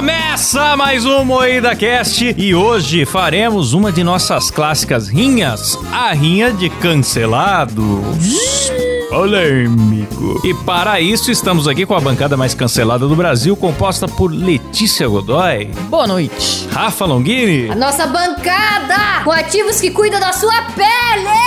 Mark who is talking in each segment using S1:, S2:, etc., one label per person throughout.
S1: começar mais um Moída Cast e hoje faremos uma de nossas clássicas rinhas, a rinha de cancelado. Polêmico. E para isso estamos aqui com a bancada mais cancelada do Brasil, composta por Letícia Godoy,
S2: Boa noite.
S1: Rafa Longini,
S3: A nossa bancada com ativos que cuidam da sua pele!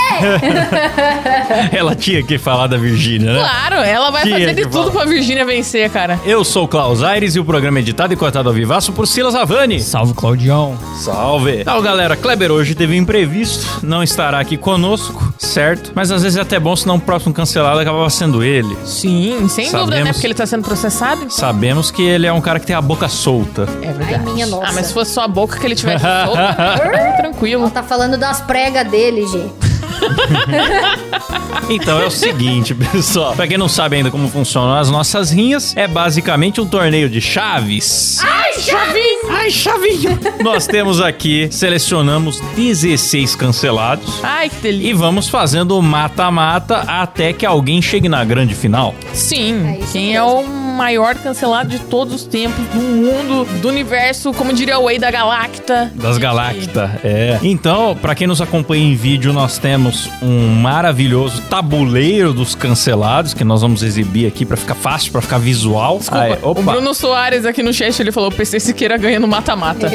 S1: ela tinha que falar da Virgínia, né?
S2: Claro, ela vai
S1: Tinha que
S2: fazer de tudo
S1: falar.
S2: pra Virgínia vencer, cara.
S1: Eu sou o Klaus Aires e o programa é editado e cortado ao vivaço por Silas Avani.
S4: Salve, Claudião.
S1: Salve! Então, galera, Kleber hoje teve um imprevisto, não estará aqui conosco, certo? Mas às vezes é até bom, senão o próximo cancelado acabava sendo ele.
S2: Sim, sem dúvida, né?
S1: Sabemos.
S2: Porque ele tá sendo processado. então-
S1: Sabemos que ele é um cara que tem a boca solta.
S2: É verdade.
S3: Ai, minha nossa.
S2: Ah, mas se fosse só a boca que ele tivesse solta, tava
S3: Ela
S2: tranquilo.
S3: tá falando das pregas dele, gente.
S1: Então é o seguinte, pessoal. Pra quem não sabe ainda como funcionam as nossas rinhas, é basicamente um torneio de chaves.
S2: Ai, Chavinho!
S1: Ai, chavinho! Nós temos aqui, selecionamos 16 cancelados.
S2: Ai, que delícia.
S1: E vamos fazendo o mata-mata até que alguém chegue na grande final.
S2: Sim,
S3: É isso
S2: quem
S3: mesmo.
S2: é o maior cancelado de todos os tempos, do mundo, do universo, como diria o Way da Galacta.
S1: Das Galacta, é. Então, pra quem nos acompanha em vídeo, nós temos um maravilhoso tabuleiro dos cancelados que nós vamos exibir aqui pra ficar fácil, pra ficar visual.
S2: Desculpa,
S1: Ah, é.
S2: o Bruno Soares aqui no chat, ele falou, PC Siqueira ganha no mata-mata.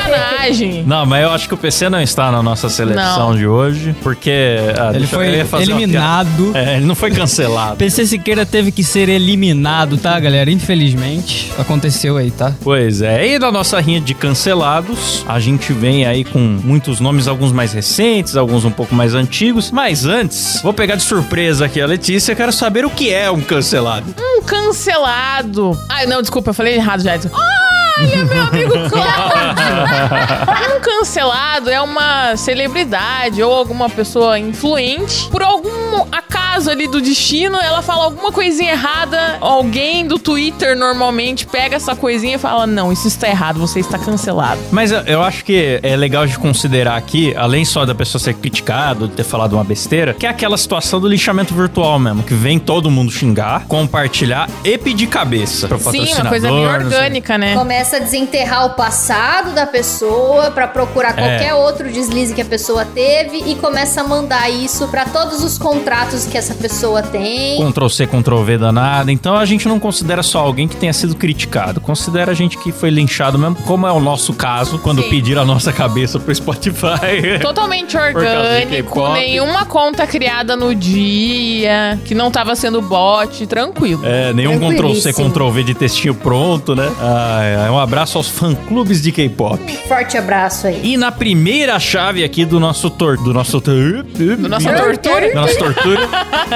S2: Sacanagem.
S1: Não, mas eu acho que o PC não está na nossa seleção
S2: Não.
S1: de hoje, porque ah,
S4: Ele
S1: deixa eu-
S4: foi
S1: eu ia fazer uma
S4: eliminado.
S1: piada. É, ele não foi cancelado.
S4: PC Siqueira teve que ser eliminado, tá, galera? Infelizmente. Aconteceu aí, tá?
S1: Pois é, e da nossa rinha de cancelados, a gente vem aí com muitos nomes, alguns mais recentes, alguns um pouco mais antigos. Mas antes, vou pegar de surpresa aqui a Letícia, quero saber o que é um cancelado.
S2: Um cancelado. Ai, não, desculpa, eu falei errado já. Olha, meu amigo Cláudio! um cancelado é uma celebridade ou alguma pessoa influente. Por algum acaso ali do destino, ela fala alguma coisinha errada. Alguém do Twitter normalmente pega essa coisinha e fala: Não, isso está errado, você está cancelado.
S1: Mas eu- eu acho que é legal de considerar aqui, além só da pessoa ser criticada, de ter falado uma besteira, que é aquela situação do lixamento virtual mesmo, que vem todo mundo xingar, compartilhar e pedir cabeça. pro
S2: Sim, uma
S1: patrocinador,
S2: coisa meio
S1: não sei.
S2: orgânica, né?
S3: Começa a desenterrar o passado da pessoa pra procurar qualquer outro deslize que a pessoa teve e começa a mandar isso pra todos os contratos que essa pessoa tem.
S1: Ctrl C, Ctrl V danado. Então a gente não considera só alguém que tenha sido criticado. Considera a gente que foi linchado mesmo, como é o nosso caso, quando
S2: Sim.
S1: pediram a nossa cabeça pro Spotify.
S2: Totalmente
S1: de
S2: orgânico,
S1: K-pop.
S2: nenhuma conta criada no dia, que não tava sendo bot, tranquilo.
S1: É, nenhum Ctrl C,
S3: Tranquilíssimo.
S1: Ctrl V de textinho pronto, né? Ai, ai, um abraço aos fã-clubes de K-pop.
S3: Forte abraço aí.
S1: E na primeira chave aqui do nosso tor... Do nosso... Tor... Do
S2: nosso tortura.
S1: Da nossa tortura,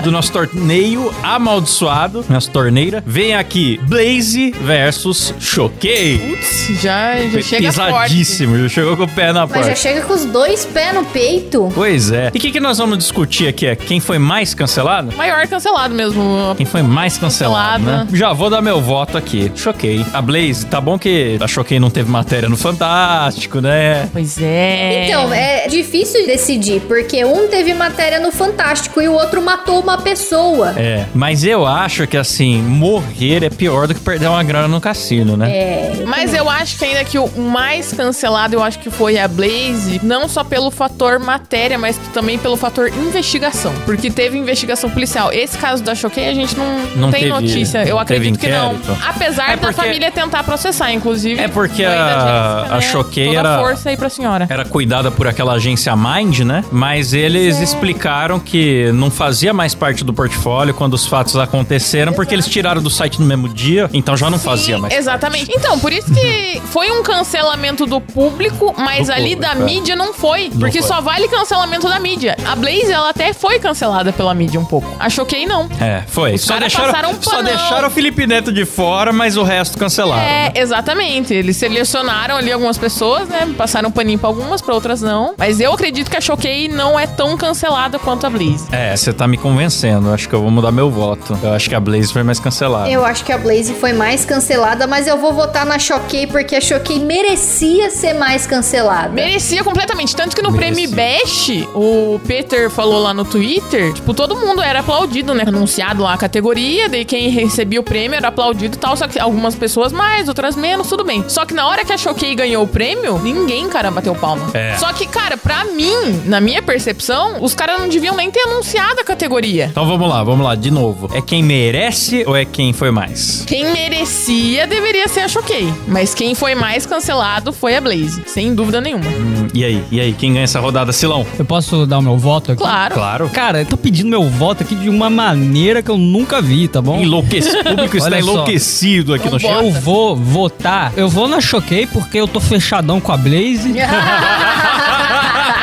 S1: do nosso torneio amaldiçoado, nossa torneira, vem aqui Blaze versus Choquei.
S2: Putz, já, já chega forte.
S1: Pesadíssimo, ele chegou com o pé na
S3: Mas já
S1: porta.
S3: chega com os dois pés no peito.
S1: Pois é. E o que, que nós vamos discutir aqui? É quem foi mais cancelado?
S2: Maior cancelado mesmo.
S1: Quem foi mais cancelado,
S2: Cancelado.
S1: né? Já vou dar meu voto aqui. Choquei. A Blaze, tá bom que a Choquei não teve matéria no Fantástico, né?
S2: Pois é.
S3: Então, é difícil decidir, porque um teve matéria no Fantástico e o outro matou uma pessoa.
S1: É, mas eu acho que assim, morrer é pior do que perder uma grana no cassino, né?
S2: É. Mas eu acho que ainda que o mais cancelado, eu acho que foi a Blaze, não só pelo fator matéria, mas também pelo fator investigação. Porque teve investigação policial. Esse caso da Choquei, a gente não,
S1: Não
S2: tem
S1: teve- né?
S2: notícia. Eu
S1: não teve
S2: acredito que não.
S1: inquérito.
S2: Apesar
S1: É
S2: da
S1: porque-
S2: família tentar processar, inclusive.
S1: É porque
S2: Mãe da
S1: a-
S2: Jéssica,
S1: a
S2: né?
S1: Choquei
S2: Toda
S1: era-
S2: força aí pra senhora.
S1: Era cuidada por aquela agência Mind, né? Mas
S2: é.
S1: eles explicaram que não fazia mais parte do portfólio quando os fatos aconteceram, porque
S2: é.
S1: eles tiraram do site no mesmo dia, então já não fazia mais.
S2: Exatamente. Então, por isso que foi um cancelamento do público, mas
S1: Do
S2: ali da
S1: público, é.
S2: mídia não foi. porque
S1: foi.
S2: só vale cancelamento da mídia. A Blaze, ela até foi cancelada pela mídia um pouco. A Choquei não.
S1: É, foi.
S2: Os
S1: só
S2: caras
S1: deixaram,
S2: passaram um
S1: só
S2: panão.
S1: deixaram o Felipe Neto de fora, mas o resto cancelaram. né?
S2: É, exatamente. Eles selecionaram ali algumas pessoas, né? Passaram paninho pra algumas, pra outras não. Mas eu acredito que a Choquei não é tão cancelada quanto a Blaze.
S1: É, você tá me convencendo. Eu Acho que eu vou mudar meu voto. Eu acho que a Blaze foi mais cancelada.
S3: Eu acho que a Blaze foi mais cancelada, mas eu vou votar na Choquei porque a Choquei merecia ser mais cancelada.
S2: Merecia completamente. Tanto que no
S1: Merecia.
S2: prêmio Bash, o Peter falou lá no Twitter, tipo, todo mundo era aplaudido, né? Anunciado lá a categoria, daí quem recebia o prêmio era aplaudido e tal. Só que algumas pessoas mais, outras menos, tudo bem. Só que na hora que a Choquei ganhou o prêmio, ninguém, cara, bateu palma.
S1: É.
S2: Só que, cara, pra mim, na minha percepção, os caras não deviam nem ter anunciado a categoria.
S1: Então vamos lá, vamos lá, de novo. É quem merece ou é quem foi mais?
S2: Quem merecia deveria ser a Choquei. Mas quem foi mais cancelado foi a Blaze, sem dúvida nenhuma.
S1: Hum, E aí, e aí, quem ganha essa rodada? Silão?
S4: Eu posso dar o meu voto aqui?
S2: Claro.
S1: Claro.
S4: Cara, eu tô pedindo meu voto aqui de uma maneira que eu nunca vi, tá bom?
S1: Enlouquecido. O público está
S4: Olha só.
S1: enlouquecido aqui no chat.
S4: Eu vou votar. Eu vou na Choquei porque eu tô fechadão com a Blaze.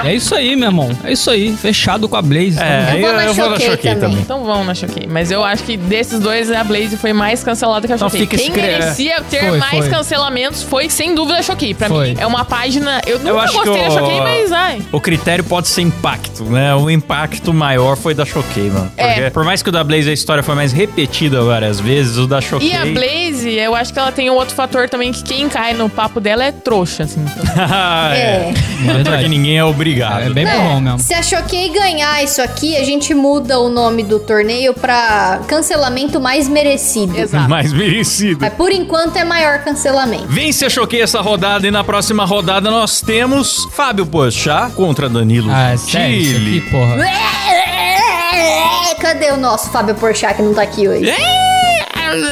S4: é isso aí, meu irmão. É isso aí. Fechado com a Blaze. tá
S1: É,
S3: Eu
S1: aí
S3: vou na Choquei também.
S2: Então vão na Choquei. Mas eu acho que desses dois, a Blaze foi mais cancelada que a
S1: Então
S2: Choquei.
S1: fica esse
S2: Quem
S1: cre-
S2: merecia ter
S4: é, Foi,
S2: mais
S4: foi.
S2: cancelamentos foi, sem dúvida, a Choquei. Pra
S4: Foi.
S2: mim, é uma página... Eu nunca
S1: Eu acho que
S2: gostei da
S1: o-
S2: Choquei, mas... Ai.
S1: O critério pode ser impacto, né? O impacto maior foi da Choquei, mano. Porque
S2: É.
S1: por mais que o da Blaze a história foi mais repetida várias vezes, o da Choquei.
S2: E a Blaze, eu acho que ela tem um outro fator também, que quem cai no papo dela é trouxa, assim. Então,
S1: é.
S3: É.
S1: Porque
S4: verdade.
S1: ninguém é obrigado.
S4: É bem
S3: É,
S4: bom mesmo.
S3: se a Choquei ganhar isso aqui, a gente muda o nome do torneio pra cancelamento mais merecido.
S2: Exato.
S1: mais merecido.
S3: Mas por enquanto é maior cancelamento.
S1: Vence a Choquei essa rodada e na próxima rodada nós temos Fábio Pochá contra Danilo
S4: Ah, sério, isso
S1: Gentili.
S4: aqui, porra.
S3: Cadê o nosso Fábio Porchat que não tá aqui hoje?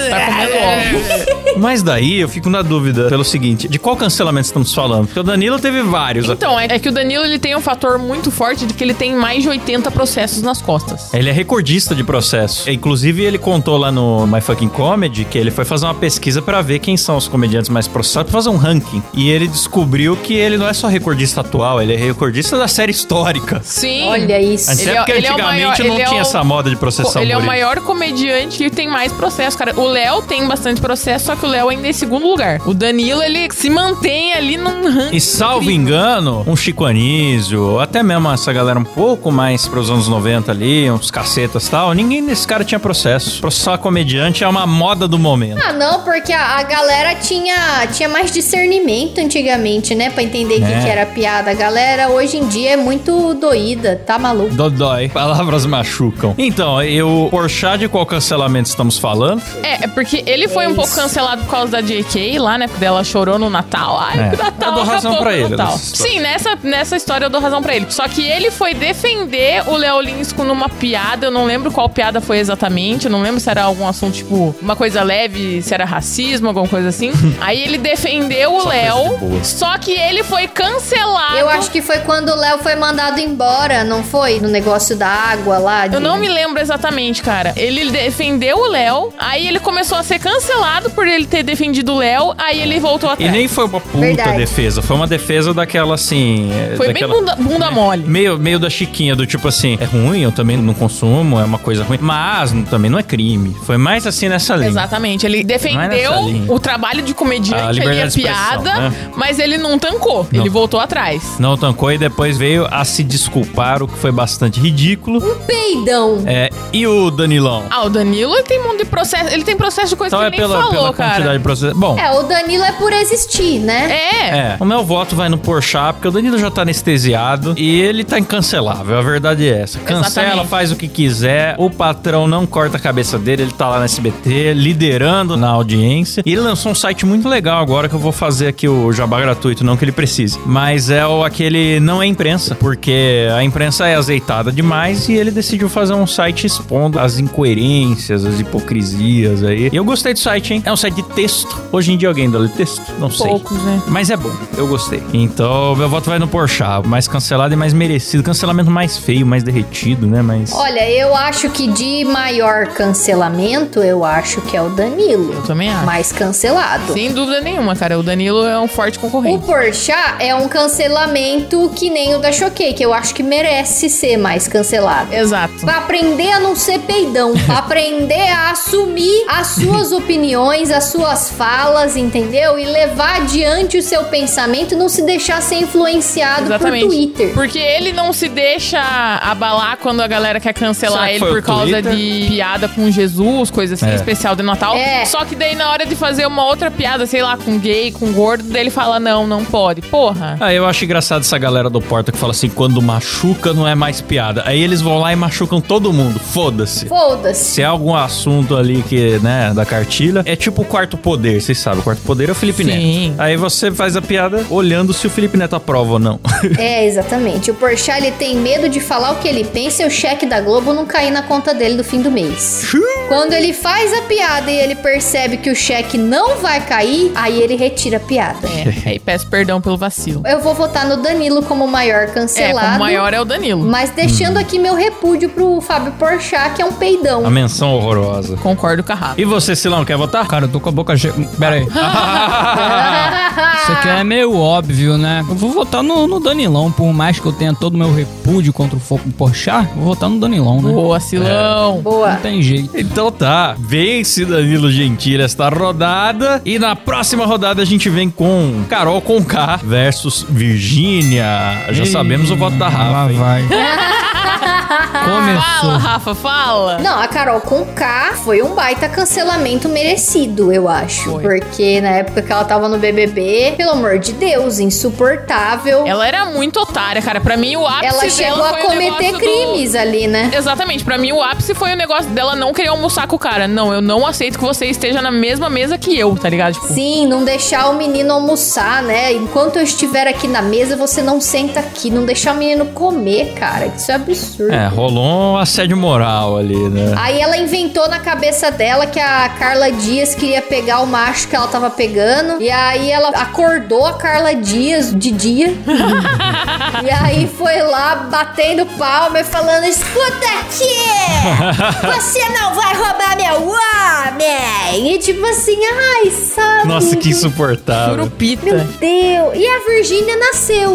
S2: tá comendo ovo.
S1: Mas daí eu fico na dúvida pelo seguinte, de qual cancelamento estamos falando? Porque o Danilo teve vários.
S2: Então, é é que o Danilo, ele tem um fator muito forte de que ele tem mais de 80 processos nas costas.
S1: Ele é recordista de processo. É, Inclusive, ele contou lá no My Fucking Comedy que ele foi fazer uma pesquisa pra ver quem são os comediantes mais processados, pra fazer um ranking. E ele descobriu que ele não é só recordista atual, ele é recordista da série histórica.
S2: Sim.
S3: Olha isso.
S1: Antes
S2: Ele
S1: é
S2: é-
S1: porque
S2: ele é o
S1: antigamente
S2: maior-
S1: não
S2: ele é
S1: tinha
S2: o-
S1: essa moda de
S2: Pô,
S1: processar
S2: ele é o
S1: humorista.
S2: maior comediante e tem mais processo, cara. O Léo tem bastante processo, só que o Léo ainda é em segundo lugar. O Danilo, ele se mantém ali num ranking.
S1: E salvo
S2: incrível.
S1: engano, um Chico Anísio, ou até mesmo essa galera um pouco mais pros anos 90 ali, uns cacetas e tal, ninguém desse cara tinha processo. Processar comediante é uma moda do momento.
S3: Ah, não, porque a, a galera tinha, tinha mais discernimento antigamente, né? Pra entender o
S1: É.
S3: que, que era piada. A galera hoje em dia é muito doída, tá maluco?
S1: Dodói. Palavras machucam. Então, eu, por chá de qual cancelamento estamos falando?
S2: É, é porque ele foi um pouco cancelado por causa da JK lá, né? Porque ela chorou no Natal.
S1: É.
S2: Ai, que Natal.
S1: Eu dou
S2: acabou
S1: razão
S2: com o
S1: pra ele
S2: Natal.
S1: nessa história.
S2: Sim, nessa, nessa história eu dou razão pra ele. Só que ele foi defender o Léo Lins com uma piada. Eu não lembro qual piada foi exatamente. Eu não lembro se era algum assunto, tipo, uma coisa leve, se era racismo, alguma coisa assim. Aí ele defendeu o
S1: Só coisa de boa.
S2: Léo. Só que ele foi cancelado.
S3: Eu acho que foi quando o Léo foi mandado embora, não foi? No negócio da água lá. de-
S2: Eu não me lembro exatamente, cara. Ele defendeu o Léo, aí ele começou a ser cancelado por ele ter defendido o Léo, aí ele voltou
S1: E
S2: atrás.
S1: nem foi uma puta
S3: Verdade.
S1: defesa, foi uma defesa daquela assim. é,
S2: Foi
S1: daquela...
S2: bem bunda, bunda mole.
S1: Meio, meio da chiquinha, do tipo assim, é ruim, eu também não consumo, é uma coisa ruim. Mas n- também não é crime. Foi mais assim nessa linha.
S2: Exatamente.
S1: é
S2: Ele defendeu
S1: nessa linha.
S2: o trabalho de
S1: Ah, A
S2: comediante, ali a
S1: liberdade de expressão,
S2: piada,
S1: né?
S2: mas ele não tancou.
S1: Não.
S2: Ele voltou atrás.
S1: Não tancou e depois veio a se desculpar, o que foi bastante ridículo.
S3: Peidão.
S1: É, e o Danilão?
S2: Uhum. Ah, o Danilo ele tem um monte de processo. Ele tem processo de coisa
S1: Então
S2: que
S1: é
S2: ele nem
S1: pela,
S2: falou,
S1: pela
S2: cara.
S1: quantidade de processo. Bom,
S3: É, o Danilo é por existir, né?
S2: É.
S1: É, o meu voto vai no Porchat, porque o Danilo já tá anestesiado e ele tá incancelável, a verdade é essa. Cancela,
S2: Exatamente.
S1: faz o que quiser, o patrão não corta a cabeça dele, ele tá lá na SBT, liderando na audiência. E ele lançou um site muito legal agora, que eu vou fazer aqui o jabá gratuito, não que ele precise. Mas é o aquele não é imprensa, porque a imprensa é azeitada demais e ele decidiu fazer um site expondo as incoerências, as hipocrisias aí. E eu gostei do site, hein? É um site de texto. Hoje em dia alguém ainda lê texto? Não sei.
S2: Poucos, né?
S1: Mas é bom, eu gostei. Então, meu voto vai no Porchat. Mais cancelado e mais merecido. Cancelamento mais feio, mais derretido, né? Mas...
S3: Olha, eu acho que de maior cancelamento, eu acho que é o Danilo.
S2: Eu também acho.
S3: Mais cancelado.
S2: Sem dúvida nenhuma, cara. O Danilo é um forte
S3: O
S2: concorrente.
S3: Porchat é um cancelamento que nem o da Choquei, que eu acho que merece ser mais cancelado.
S2: Exato.
S3: Pra aprender a não ser peidão, pra aprender a assumir as suas opiniões, as suas falas, entendeu? E levar adiante os seu pensamento e não se deixar ser influenciado
S2: Exatamente.
S3: por Twitter.
S2: Porque ele não se deixa abalar quando a galera quer
S1: Será
S2: cancelar
S1: que
S2: ele
S1: foi
S2: por
S1: o
S2: causa
S1: Twitter?
S2: de piada com Jesus, coisa assim,
S1: É.
S2: especial de Natal.
S3: É.
S2: Só que daí na hora de fazer uma outra piada, sei lá, com gay, com gordo, daí ele fala, não, não pode. Porra.
S1: Ah, eu acho engraçado essa galera do Porta que fala assim, quando machuca não é mais piada. Aí eles vão lá e machucam todo mundo, foda-se.
S3: Foda-se.
S1: Se é algum assunto ali que, né, da cartilha, é tipo o quarto poder, vocês sabem. O quarto poder é o Felipe
S2: Sim.
S1: Neto. Aí você faz a piada olhando se o Felipe Neto aprova ou não.
S3: É, exatamente. O Porchat, ele tem medo de falar o que ele pensa e o cheque da Globo não cair na conta dele do fim do mês. Quando ele faz a piada e ele percebe que o cheque não vai cair, aí ele retira a piada.
S2: É, aí peço perdão pelo vacilo.
S3: Eu vou votar no Danilo como maior
S2: É, como
S3: cancelado.
S2: maior é o Danilo.
S3: Mas deixando aqui meu repúdio pro Fábio Porchat, que é um peidão.
S1: a menção horrorosa.
S2: Concordo com a Rafa.
S1: E você, Silão, quer votar?
S4: Cara, eu tô com a boca cheia. Pera aí. Ah, Isso aqui é meio óbvio, né? Eu vou votar no, no Danilão, por mais que eu tenha todo o meu repúdio contra o foco Porchat, eu vou votar no Danilão, né?
S2: Boa,
S1: É.
S2: Silão.
S3: Boa.
S4: Não tem jeito.
S1: Então tá, vence Danilo Gentili esta rodada e na próxima rodada a gente vem com Carol Conká versus Virgínia. Já sabemos o voto da
S4: Lá
S1: Rafa. hein?
S4: vai.
S2: Fala,
S4: Começou.
S2: Rafa, fala.
S3: Não, a Carol com K foi um baita cancelamento merecido, eu acho.
S2: Foi.
S3: Porque na época que ela tava no BBB, pelo amor de Deus, insuportável. Ela,
S2: Ela era muito otária, cara. Pra mim, o É um ápice dela
S3: chegou a
S2: foi o
S3: cometer
S2: negócio do-
S3: crimes ali, né?
S2: Exatamente, pra mim o ápice foi o negócio dela não querer almoçar com o cara. Não, eu não aceito que você esteja na mesma mesa que eu, tá ligado? Tipo,
S3: Sim, não deixar o menino almoçar, né? Enquanto eu estiver aqui na mesa, você não senta aqui. Não deixar o menino comer, cara. Isso é absurdo.
S1: É, rolou um assédio moral ali, né?
S3: Aí ela inventou na cabeça dela que a Carla Dias queria pegar o macho que ela tava pegando. E aí ela acordou a Carla Dias de dia. e aí foi lá batendo palma e falando: Escuta aqui! Você não vai roubar meu homem! E tipo assim, ai, sabe?
S1: Nossa, que insuportável.
S3: Meu
S2: surupita.
S3: Deus! E a Virgínia nasceu.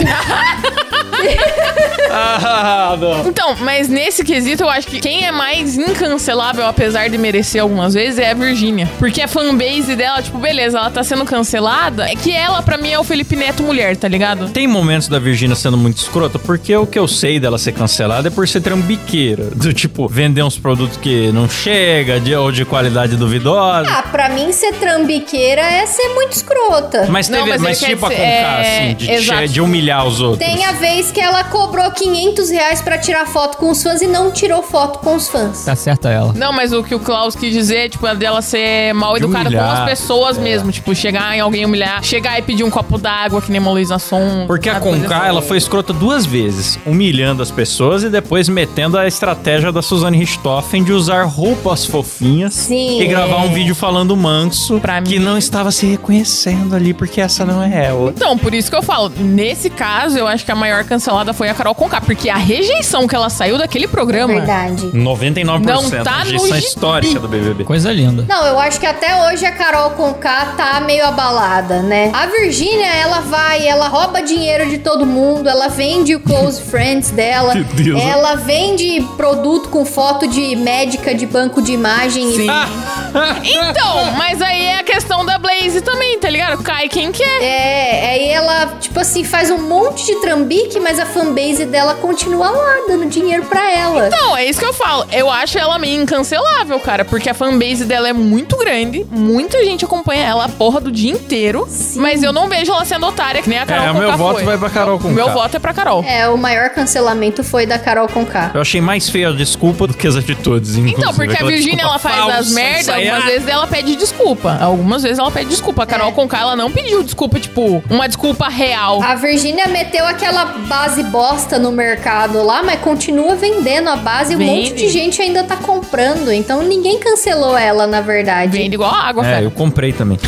S1: Ah, não.
S2: Então, mas nesse quesito eu acho que quem é mais incancelável, apesar de merecer algumas vezes, é a Virgínia. Porque a fanbase dela, tipo, beleza, ela tá sendo cancelada. É que ela, pra mim, é o Felipe Neto mulher, tá ligado?
S1: Tem momentos da Virgínia sendo muito escrota, porque o que eu sei dela ser cancelada é por ser trambiqueira. Do tipo, vender uns produtos que não chega, de, ou de qualidade duvidosa.
S3: ah, pra mim ser trambiqueira é ser muito escrota.
S1: Mas
S2: Ah, Não,
S1: teve,
S2: mas
S1: mas,
S2: ele quer
S1: tipo a
S2: dizer-
S1: Conká,
S2: é,
S1: assim, de,
S2: exato.
S1: che- de humilhar os outros.
S3: Tem a vez que ela cobrou 500 reais pra tirar foto com os fãs e não tirou foto com os fãs.
S4: Tá certa ela.
S2: Não, mas o que o Klaus quis dizer, tipo, é dela ser mal
S1: De
S2: educada com
S1: humilhar. é.
S2: as pessoas mesmo. Tipo, chegar em alguém humilhar, chegar e pedir um copo d'água, que nem uma Luísa Sonza,
S1: Porque a
S2: sabe, coisa
S1: Conká,
S2: assim.
S1: ela foi escrota duas vezes, humilhando as pessoas e depois metendo a estratégia da Suzane Richthofen de usar roupas fofinhas
S3: Sim,
S1: e gravar um vídeo falando manso
S2: Pra
S1: que
S2: mim-
S1: não estava se reconhecendo ali, porque essa não é ela.
S2: Então, por isso que eu falo, nesse caso, eu acho que a maior cancelada foi a Carol Conká, porque a rejeição que ela saiu daquele programa.
S3: É Verdade.
S1: 99%
S2: Não tá
S1: a
S2: no
S1: rejeição
S2: gibi.
S1: histórica do BBB.
S4: Coisa linda.
S3: Não, eu acho que até hoje a Carol Conká tá meio abalada, né? A Virgínia, ela vai, ela rouba dinheiro de todo mundo, ela vende o close friends dela,
S1: Meu Deus.
S3: ela vende produto com foto de médica de banco de imagem.
S2: Sim.
S3: E...
S2: Então, mas aí é a questão da Blaze também, tá ligado? Cai quem quer.
S3: É, aí ela, tipo assim, faz um monte de trambique, mas a fanbase dela continua lá, dando dinheiro pra ela.
S2: Não, é isso que eu falo. Eu acho ela meio incancelável, cara, porque a fanbase dela é muito grande, muita gente acompanha ela a porra do dia inteiro, mas eu não vejo ela sendo otária, que nem Então, a Carol
S1: É, o
S2: Conká
S1: meu voto
S2: foi.
S1: vai pra Carol
S2: O
S1: Conká.
S2: meu voto é pra Carol.
S3: É, o maior cancelamento foi da Carol Conká.
S1: Eu achei mais feia a desculpa do que as atitudes, inclusive.
S2: Então, porque a
S1: Aquela
S2: Virgínia
S1: desculpa
S2: ela faz
S1: falsa,
S2: as merdas,
S1: isso aí é-
S2: algumas vezes ela pede desculpa. Algumas vezes ela pede desculpa. A Carol
S3: É.
S2: Conká, ela não pediu desculpa, tipo, uma desculpa real.
S3: A Virgínia meteu aquela base bosta no mercado lá, mas continua vendendo a base e um
S2: Vende.
S3: monte de gente ainda tá comprando. Então ninguém cancelou ela, na verdade.
S2: Vende Tá igual água,
S1: É,
S2: cara.
S1: eu comprei também.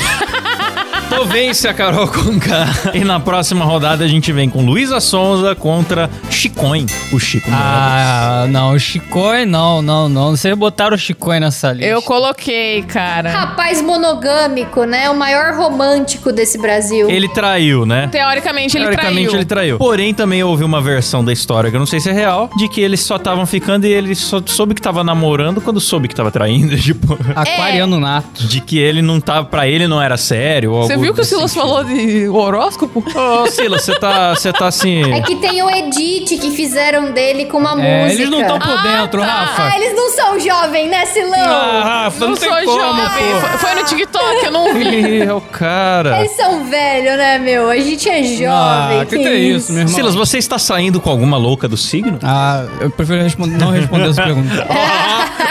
S1: Então vence a Carol Conká. E na próxima rodada a gente vem com Luísa Sonza contra Chicoin. O Chico Mendes.
S4: Ah, não, o Chicoi não, não, não. Vocês botaram o Chicoi nessa lista.
S2: Eu coloquei, cara.
S3: Rapaz monogâmico, né? O maior romântico desse Brasil.
S1: Ele traiu, né?
S2: Teoricamente, ele
S1: Teoricamente
S2: traiu.
S1: ele traiu. Porém, também houve uma versão da história, que eu não sei se é real, de que eles só estavam ficando e ele só soube que tava namorando quando
S2: É,
S1: soube que tava traindo. Tipo,
S4: Aquariano nato.
S1: de que tá, ele não tava. Pra ele não era sério. ou
S2: Você viu que o
S1: faz
S2: Silas
S1: sentido.
S2: falou de horóscopo?
S1: Ô, Silas, você tá, você tá assim...
S3: É que tem o Edit que fizeram dele com uma
S4: É,
S3: música.
S4: eles não estão por
S2: Ah,
S4: dentro,
S2: tá.
S3: Ah,
S4: Rafa.
S3: eles não são jovens, né, Silão?
S1: Ah, Rafa, não, tem
S2: sou
S1: como,
S2: jovem.
S1: pô.
S2: Foi- Foi no TikTok, eu não vi.
S1: Ih, é o cara.
S3: Eles são velhos, né, meu? A gente é jovem.
S4: Ah, que que é isso, meu irmão?
S1: Silas, você está saindo com alguma louca do signo?
S4: Ah, eu prefiro respon- não responder essa pergunta.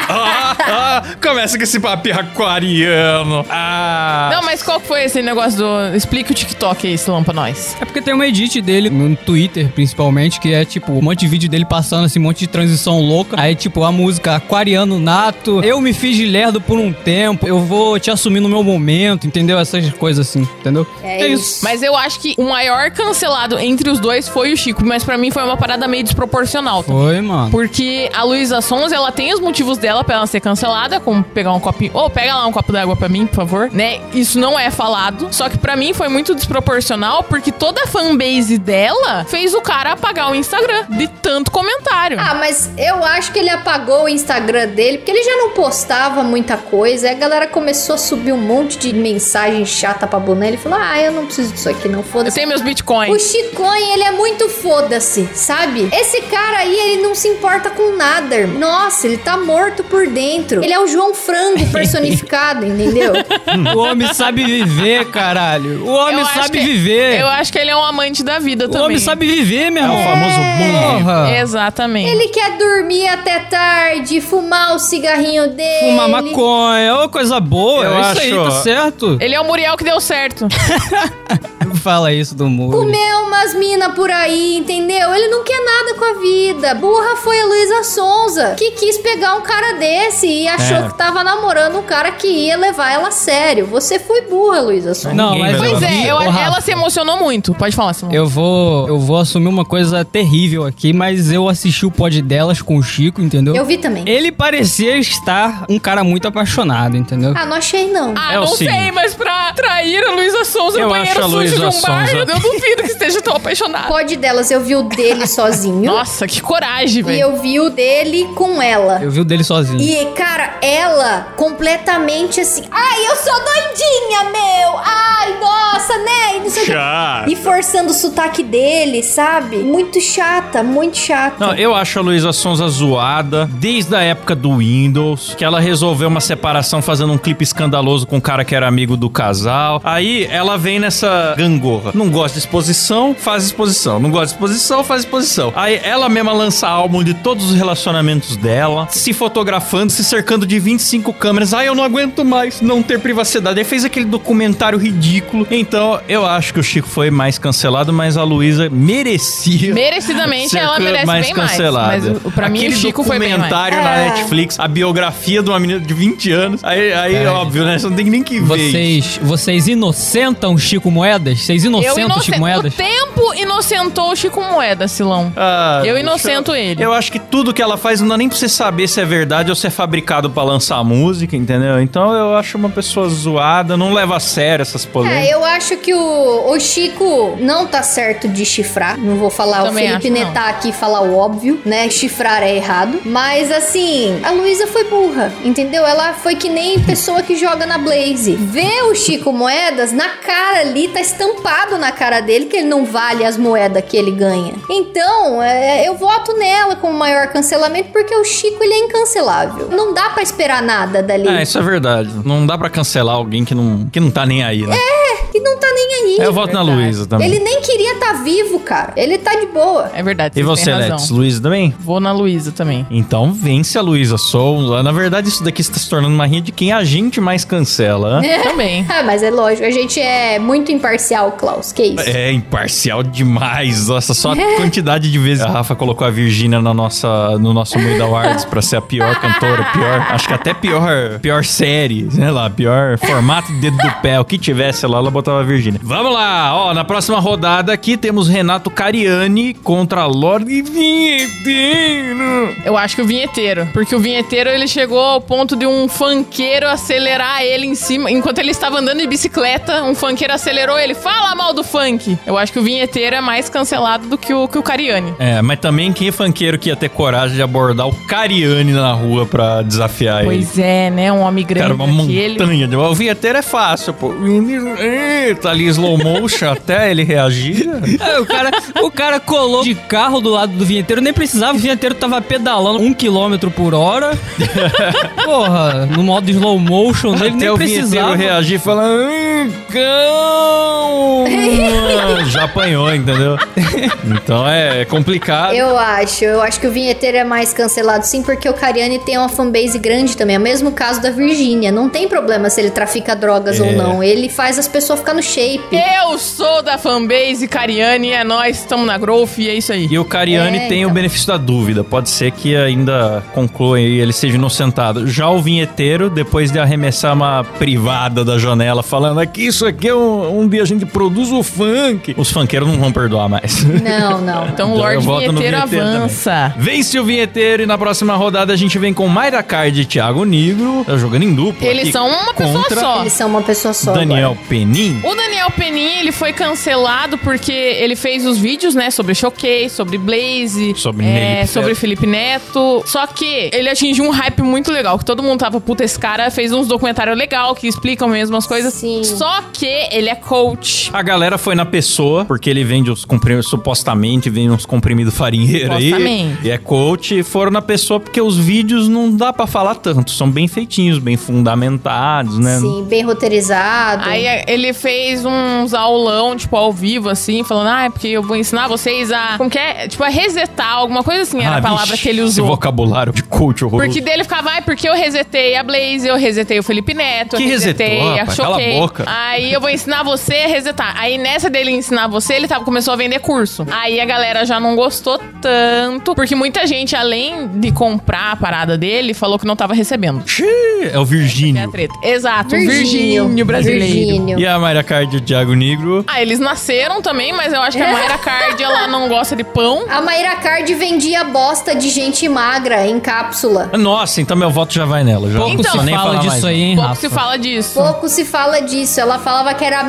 S1: Ah, ah, começa com esse papinho aquariano. Ah.
S2: Não, mas qual que foi esse negócio do. Explica o TikTok aí, Silão, pra nós.
S4: É porque tem um edit dele no Twitter, principalmente, que é tipo um monte de vídeo dele passando assim, um monte de transição louca. Aí, tipo, a música Aquariano Nato, eu me fiz de lerdo por um tempo, eu vou te assumir no meu momento, entendeu? Essas coisas assim, entendeu?
S3: É isso.
S2: Mas eu acho que o maior cancelado entre os dois foi o Chico, mas pra mim foi uma parada meio desproporcional. tá?
S4: Foi, mano.
S2: Porque a Luísa Sons, ela tem os motivos dela pra ela ser cancelada, como pegar um copinho. Ô, pega lá um copo d'água pra mim, por favor. Né? Isso não é falado. Só que pra mim foi muito desproporcional, porque toda a fanbase dela fez o cara apagar o Instagram de tanto comentário.
S3: Ah, mas eu acho que ele apagou o Instagram dele, porque ele já não postava muita coisa. Aí a galera começou a subir um monte de mensagem chata pra boné. Ele falou: Ah, eu não preciso disso aqui, não
S2: eu
S3: foda-se.
S2: tenho meus
S3: O
S2: bitcoins.
S3: Chiconha, ele é muito foda-se, sabe? Esse cara aí, ele não se importa com nada, irmão. Nossa, ele tá morto por dentro. Ele é o João Frango personificado, entendeu?
S4: O homem sabe viver, caralho. O homem
S2: Eu acho
S4: sabe
S2: que-
S4: viver.
S2: Eu acho que ele é um amante da vida
S4: O
S2: também. É
S4: homem sabe viver, meu
S1: É o
S4: irmão.
S1: famoso bom.
S4: Porra.
S2: Exatamente.
S3: Ele quer dormir até tarde, fumar o cigarrinho dele.
S4: Fumar maconha, ô coisa boa.
S1: Eu
S4: é isso aí,
S1: acho-
S4: tá certo?
S2: Ele é o Muriel que deu certo.
S4: Fala isso do muro.
S3: Comeu umas mina por aí, entendeu? Ele não quer nada com a vida. Burra foi a Luísa Sonza, que quis pegar um cara desse e achou
S4: É.
S3: que tava namorando um cara que ia levar ela a sério. Você foi burra, Luísa Sonza.
S4: Não,
S1: Ninguém
S4: mas
S1: vai
S2: Pois
S1: levar.
S2: é, eu-
S4: Ô, Rafa,
S2: ela se emocionou muito. Pode falar, Simão.
S4: Eu vou, eu vou assumir uma coisa terrível aqui, mas eu assisti o pod delas com o Chico, entendeu?
S3: Eu vi também.
S4: Ele parecia estar um cara muito apaixonado, entendeu?
S3: Ah, não achei não.
S2: Ah,
S1: É o
S2: não
S1: signo.
S2: sei, mas pra trair a Luísa Souza
S1: Eu
S2: no
S1: acho
S2: banheiro
S1: a
S2: sujo de
S1: Luísa
S2: um bar,
S1: Sonza-
S2: eu duvido que esteja tão apaixonada.
S3: Pode delas, eu vi o dele sozinho.
S2: Nossa, que coragem,
S3: e
S2: velho.
S3: eu vi o dele com
S2: Ah.
S3: ela.
S4: Eu vi o dele sozinho.
S3: E, cara, ela completamente assim. Ai, eu sou doidinha, meu! Ai, nossa, né? E não sei o quê.
S1: Chato.
S3: E forçando o sotaque dele, sabe? Muito chata, muito chata.
S1: Não, eu acho a Luísa Sonza zoada desde a época do Windows, que ela resolveu uma separação fazendo um clipe escandaloso com um cara que era amigo do casal. Aí ela vem nessa gangorra. Não gosta de exposição, faz exposição. Não gosta de exposição, faz exposição. Aí ela mesma lança álbum de todos os relacionamentos dela, se fotografando, se cercando de 25 câmeras. Ai, eu não aguento mais não ter privacidade. Aí fez aquele documentário ridículo. Então, eu acho que o Chico foi mais cancelado, mas a Luísa merecia
S2: Merecidamente,
S1: Ser
S2: ela
S1: can-
S2: merece
S1: mais
S2: bem mais.
S1: cancelada.
S2: Mas o- pra mim,
S1: Aquele
S2: o Chico foi bem mais.
S1: documentário na
S3: É.
S1: Netflix, a biografia de uma menina de 20 anos. Aí, aí
S4: É.
S1: óbvio, né? Você não tem nem que ver. isso.
S4: Vocês, vocês inocentam Chico Moedas? Vocês
S2: Eu
S4: inocentam
S2: inocen-
S4: Chico Moedas?
S2: O tempo inocentou o Chico Moeda, Silão.
S1: Ah,
S2: Eu
S1: deixa
S2: inocento ele.
S1: Eu acho que tudo que ela faz não dá nem pra você saber se é verdade ou se é fabricado pra lançar música, entendeu? Então eu acho uma pessoa zoada, não leva a sério essas polêmicas.
S2: né?
S3: É, eu acho que o, o Chico não tá certo de chifrar. Não vou falar
S2: Também
S3: o Felipe
S2: acho que não.
S3: Netar aqui falar o óbvio, né? Chifrar é errado. Mas assim, a Luísa foi burra, entendeu? Ela foi que nem pessoa que joga na Blaze. Vê o Chico Moedas na cara ali, tá estampado na cara dele que ele não vale as moedas que ele ganha. Então, é, eu voto nela como maior cancelamento porque o Chico ele é incancelável. Não dá pra esperar nada dali.
S2: Ah,
S1: É, isso é verdade. Não dá pra cancelar alguém que não, que não tá nem aí, né?
S3: Que não tá nem aí.
S2: É,
S1: eu voto na
S2: verdade.
S1: Luísa também.
S3: Ele nem queria estar vivo, cara. Ele tá de boa.
S2: É verdade,
S1: E
S2: vocês
S1: você,
S2: têm razão.
S1: Let's? Luísa também?
S2: Vou na Luísa também.
S1: Então vence a Luísa Souza. Na verdade, isso daqui está se tornando uma rinha de quem a gente mais cancela. né?
S2: também.
S3: Ah, mas é lógico, a gente é muito imparcial, Klaus. Que isso?
S1: É imparcial demais. Nossa, só a quantidade de vezes a Rafa colocou a Virgínia na nossa, no nosso Muida Awards pra ser a pior cantora, pior, acho que até pior, pior série, sei lá, pior formato de dedo do pé, o que tivesse lá, ela botava a Virgínia. Vamos lá, ó, na próxima rodada aqui temos Renato Cariani contra Lorde Vinheteiro.
S2: Eu acho que o vinheteiro. Porque o vinheteiro, ele chegou ao ponto de um funkeiro acelerar ele em cima. Enquanto ele estava andando de bicicleta, um funkeiro acelerou ele. Fala mal do funk! Eu acho que o vinheteiro é mais cancelado do que o, que o Cariani.
S1: É, mas também quem é funkeiro que ia ter coragem de abordar o Cariani na rua pra desafiar ele?
S2: Pois é, né? Um homem grande
S1: Cara, uma
S2: daquele.
S1: montanha de... O vinheteiro é fácil, pô. Tá ali em slow motion até ele reagir.
S4: É, o, cara, o cara colou de carro do lado do vinheteiro, nem precisava, o vinheteiro tava pedalando um quilômetro por hora. Porra, no modo slow motion dele,
S1: Até
S4: nem
S1: o vinheteiro
S4: precisava.
S1: reagir falando. "Hum, Cão! Já apanhou, entendeu? Então é complicado.
S3: Eu acho, eu acho que o vinheteiro é mais cancelado sim, porque o Cariani tem uma fanbase grande também. É o mesmo caso da Virgínia. Não tem problema se ele trafica drogas ou não. Ele faz as pessoas ficar no shape.
S2: Eu sou da fanbase Cariani, é nós, estamos na Growth e é isso aí.
S1: E o Cariani
S3: É,
S1: tem o
S3: então.
S1: benefício da dúvida. Pode ser que ainda conclua e ele seja inocentado. Já o vinheteiro, depois de arremessar uma privada da janela, falando que isso aqui é um, um dia a gente produz o funk. Os funkeiros não vão perdoar mais.
S3: Não, não.
S2: Então,
S1: Então
S2: o
S1: eu
S2: Lorde
S1: voto no
S2: Vinheteiro
S1: vinheteiro também.
S2: avança.
S1: Vence o vinheteiro e na próxima rodada a gente vem com Mayra Card e Thiago Nigro. Tá jogando em dupla.
S2: Eles
S1: aqui
S2: são uma pessoa
S1: contra
S2: só.
S3: Eles são uma pessoa só.
S1: Daniel
S3: agora.
S1: Penin.
S2: O Daniel Penin, ele foi cancelado porque ele fez os vídeos, né, sobre Choquei, sobre Blaze,
S1: Sobre
S2: é,
S1: Felipe Neto.
S2: sobre Felipe Neto. Só que ele atingiu um hype muito legal, que todo mundo tava, puta, esse cara fez uns documentários legal que explicam mesmo as coisas.
S3: Sim.
S2: Só que ele é coach.
S1: A galera foi na pessoa, porque ele vende os comprimidos, supostamente vende uns comprimidos farinheiro aí.
S2: Supostamente.
S1: E é coach, e foram na pessoa porque os vídeos não dá pra falar tanto, são bem feitinhos, bem fundamentados, né?
S3: Sim, bem roteirizado.
S2: Aí é, ele fez uns aulão, tipo, ao vivo, assim, falando, ah, é porque eu vou ensinar vocês a. Como que é? Tipo, a resetar, alguma coisa assim, era
S1: Ah,
S2: a palavra
S1: vixe,
S2: que ele
S1: Esse
S2: usou.
S1: vocabulário de coach horroroso.
S2: Porque dele ficava, ai, porque eu resetei a Blaze, eu resetei o Felipe Neto,
S1: Que
S2: eu resetei
S1: resetou,
S2: a
S1: rapaz?
S2: Choquei.
S1: Cala a boca.
S2: Aí eu vou ensinar você a resetar. Aí nessa dele ensinar você, ele tava, começou a vender curso. Aí a galera já não gostou tanto, porque muita gente, além de comprar a parada dele, falou que não tava recebendo.
S1: Xiii, É o
S2: É a
S1: Virgínio.
S2: treta. Exato, Virgínio, brasileiro.
S3: Virgínio.
S1: E a Mayra Card e o Thiago Negro.
S2: Ah, eles nasceram também, mas eu acho que a Mayra Card, ela não gosta de pão.
S3: A Mayra Card vendia bosta de gente magra em cápsula.
S1: Nossa, então meu voto já vai nela. Já
S4: Pouco
S1: não
S2: Então,
S1: preciso
S4: se
S1: nem
S4: fala
S1: falar
S4: disso
S1: mais. né?
S4: aí, hein,
S2: Pouco
S4: Rafa?
S2: se fala disso.
S3: Pouco se fala disso. Ela falava que era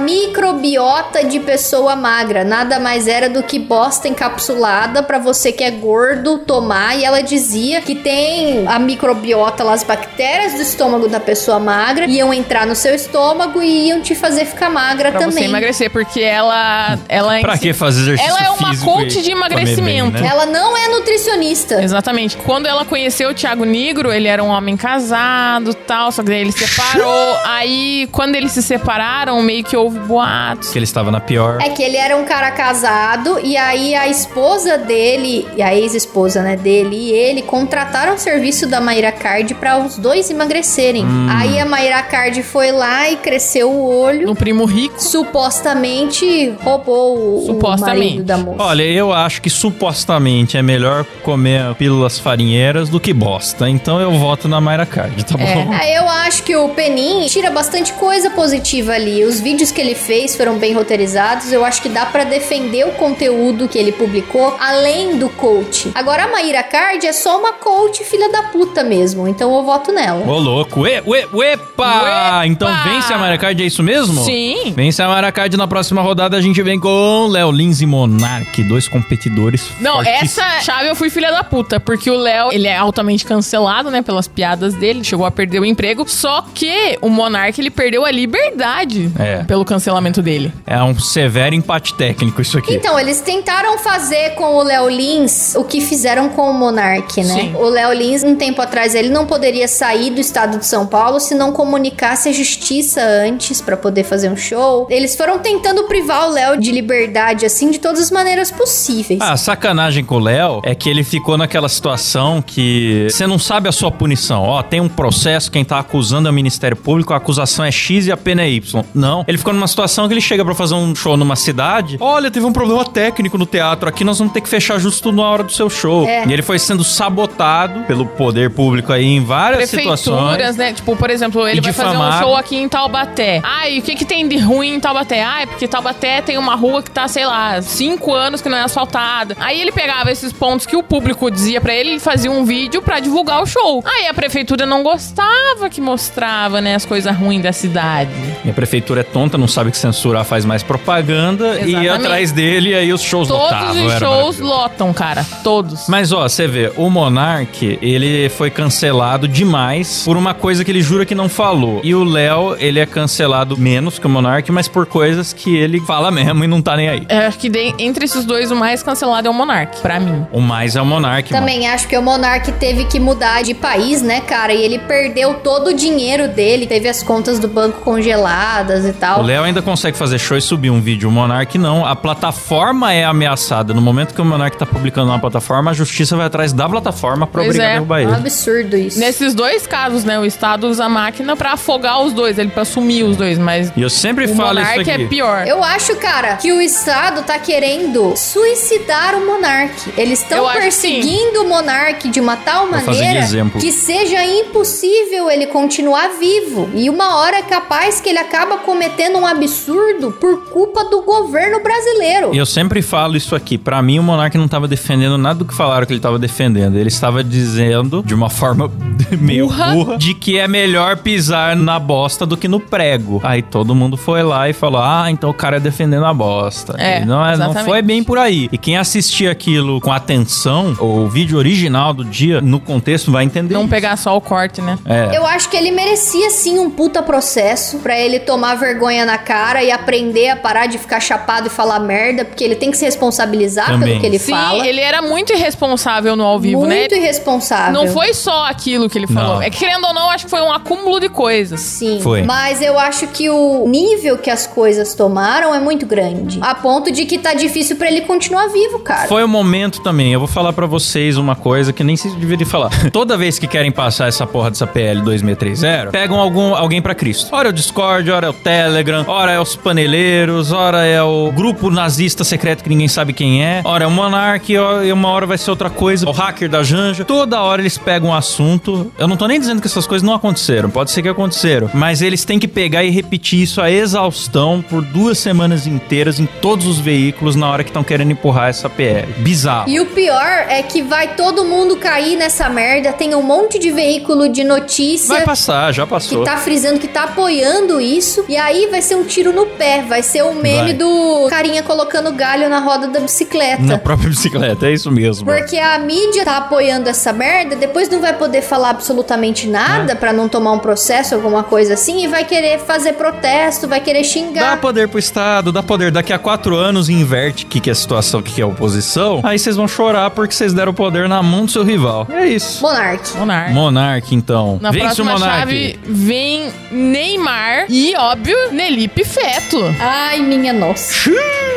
S3: microbiota de pessoa magra. Nada mais era do que bosta encapsulada pra você que é gordo tomar. E ela dizia que tem a microbiota, lá, as bactérias do estômago da pessoa magra iam entrar no seu estômago e iam te fazer ficar magra
S2: Pra você
S3: também.
S2: emagrecer, porque ela... ela
S1: Pra que fazer exercício
S2: Ela é uma
S1: físico
S2: coach
S1: e
S2: de
S1: comer
S2: emagrecimento.
S1: bem, né?
S3: Ela não é nutricionista.
S2: Exatamente. Quando ela conheceu o Thiago Negro, ele era um homem casado tal, só que daí ele se separou. aí, quando eles se separaram, meio que houve boatos.
S1: Que ele estava na pior.
S3: É que ele era um cara casado e aí a esposa dele, e a ex-esposa, né, dele e ele contrataram o serviço da Mayra Card pra os dois emagrecerem. Aí a Mayra Card foi lá e cresceu o olho,
S2: No primo rico.
S3: supostamente roubou o,
S2: Supostamente.
S3: o marido da moça.
S1: Olha, eu acho que supostamente é melhor comer pílulas farinheiras do que bosta. Então eu voto na Mayra Card, tá bom?
S2: É.
S3: Ah, Eu acho que o Penin tira bastante coisa positiva ali. Os vídeos que ele fez foram bem roteirizados. Eu acho que dá pra defender o conteúdo que ele publicou, além do coach. Agora a Maíra Card é só uma coach filha da puta mesmo. Então eu voto nela.
S1: Ô, louco. E, ué, uepa!
S2: Uepa!
S1: Então vence a Mayra Card, é isso mesmo?
S2: Sim.
S1: Vence a Mayra Card na próxima rodada. A gente vem com Léo Lins e Monark, dois competidores
S2: Não,
S1: fortíssimos.
S2: essa chave eu fui filha da puta, porque o Léo, ele é altamente cancelado, né, pelas piadas dele, chegou a perder o emprego, só que o Monark, ele perdeu a liberdade
S1: É.
S2: pelo cancelamento dele.
S1: É um severo empate técnico isso aqui.
S3: Então, eles tentaram fazer com o Léo Lins o que fizeram com o Monark, né?
S2: Sim.
S3: O Léo Lins, um tempo atrás, ele não poderia sair do estado de São Paulo se não comunicasse a justiça antes pra poder fazer um show. Eles foram tentando privar o Léo de liberdade, assim, de todas as maneiras possíveis.
S1: Ah, a sacanagem com o Léo é que ele ficou naquela situação que você não sabe a sua punição. Ó, tem um processo, quem tá acusando é o Ministério Público, a acusação é X e a pena é Y. Não. Ele ficou numa situação que ele chega pra fazer um show numa cidade. Olha, teve um problema técnico no teatro aqui, nós vamos ter que fechar justo na hora do seu show.
S3: É.
S1: E ele foi sendo sabotado pelo poder público aí em várias situações.
S2: Prefeituras, né? Tipo, por exemplo, ele
S1: E
S2: vai fazer um
S1: difamar.
S2: show aqui em Taubaté. Ai, o que que tem de ruim em Taubaté? Ai, porque Taubaté tem uma rua que tá, sei lá, cinco anos que não é asfaltada. Aí ele pegava esses pontos que o público dizia pra ele, ele fazia um vídeo pra divulgar o show. Aí a prefeitura não gostava que mostrava, né, as coisas ruins da cidade.
S1: E a prefeitura é tonta, não sabe que censurar faz mais propaganda. E
S2: Exatamente.
S1: ia atrás dele, e aí os shows
S2: Todos
S1: lotavam.
S2: os
S1: era
S2: shows
S1: maravilhoso.
S2: lotam, cara. Todos.
S1: Mas ó, você vê, o Monark, ele foi cancelado demais por uma coisa que ele jura que não falou. E o Léo, ele é cancelado menos que o Monark, mas por coisas que ele fala mesmo e não tá nem aí.
S2: Eu acho que de- entre esses dois, o mais cancelado é o Monark, pra mim.
S1: O mais é o Monark, mano.
S3: Também acho que o Monark teve que mudar de país, né, cara? E ele perdeu todo o dinheiro dele, teve as contas do banco congeladas e
S1: O
S3: tal.
S1: Léo ainda consegue fazer show e subir um vídeo, o Monark não. A plataforma é ameaçada. No momento que o Monark tá publicando na plataforma, a justiça vai atrás da plataforma pra
S2: Pois
S1: obrigar
S2: é.
S1: a derrubar
S3: É um
S1: ele.
S3: absurdo isso.
S2: Nesses dois casos, né? O Estado usa a máquina pra afogar os dois, ele pra sumir os dois, mas
S1: E eu sempre
S2: o
S1: falo isso
S2: Monark
S1: aqui.
S2: é pior.
S3: Eu acho, cara, que o Estado tá querendo suicidar o Monark. Eles
S2: Eu
S3: estão
S2: acho que
S3: perseguindo o Monark de uma tal
S1: Vou fazer de
S3: maneira
S1: exemplo.
S3: que seja impossível ele continuar vivo. E uma hora é capaz que ele acaba cometendo um absurdo por culpa do governo brasileiro.
S1: E eu sempre falo isso aqui. Pra mim, o Monark não tava defendendo nada do que falaram que ele tava defendendo. Ele estava dizendo, de uma forma meio
S2: Burra.
S1: burra, de que é melhor pisar na bosta do que no prego. Aí todo mundo foi lá e falou: ah, então o cara é defendendo a bosta.
S2: É,
S1: E não, é- não
S2: exatamente.
S1: foi bem por aí. E quem assistir aquilo com atenção, o vídeo original do dia, no contexto, vai entender.
S2: Não
S1: isso.
S2: pegar só o corte, né?
S1: É.
S3: Eu acho que ele merecia sim um puta processo pra ele tomar vergonha na cara e aprender a parar de ficar chapado e falar merda, porque ele tem que se responsabilizar
S1: Também.
S3: pelo que ele
S2: Sim,
S3: fala.
S2: ele era muito irresponsável no ao vivo,
S3: Muito
S2: né?
S3: irresponsável.
S2: Não foi só aquilo que ele falou.
S1: Não.
S2: É que, querendo ou não, acho que foi um acúmulo de coisas.
S3: Sim,
S1: Foi.
S3: mas eu acho que o nível que as coisas tomaram é muito grande. A ponto de que tá difícil pra ele continuar vivo, cara.
S1: Foi o momento também. Eu vou falar pra vocês uma coisa que nem se deveria falar. Toda vez que querem passar essa porra dessa PL 2630, pegam algum, alguém pra Cristo. Ora é o Discord, ora é o Telegram, ora é os paneleiros, ora é o grupo nazista secreto que ninguém sabe quem é, ora é o Monark, ó, e uma hora vai ser outra coisa, o hacker da Janja. Toda hora eles pegam um assunto. Eu não tô nem dizendo que essas coisas não aconteceram, pode ser que aconteceram, mas eles têm que pegar e repetir isso a exaustão por duas semanas inteiras em todos os veículos na hora que estão querendo empurrar essa PL. Bizarro.
S3: E o pior é que vai todo mundo cair nessa merda. Tem um monte de veículo de
S1: Vai
S3: notícia
S1: passar, já passou.
S3: que tá frisando, que tá apoiando isso. E aí vai ser um tiro no pé. Vai ser o meme
S1: Vai.
S3: do carinha colocando galho na roda da bicicleta.
S1: Na própria bicicleta, é isso mesmo.
S3: Porque a mídia tá apoiando essa merda, depois não vai poder falar absolutamente nada pra não tomar um processo, alguma coisa assim, e vai querer fazer protesto, vai querer
S1: Dá
S3: xingar.
S1: poder pro Estado, dá poder. Daqui a quatro anos inverte o que, que é a situação, o que, que é a oposição. Aí vocês vão chorar porque vocês deram o poder na mão do seu rival. É isso.
S3: Monark.
S2: Monark.
S1: Monark, então.
S2: Na
S1: Vence o
S2: próxima
S1: Monark.
S2: chave vem Neymar e, óbvio, Nelipe Feto.
S3: Ai, minha nossa.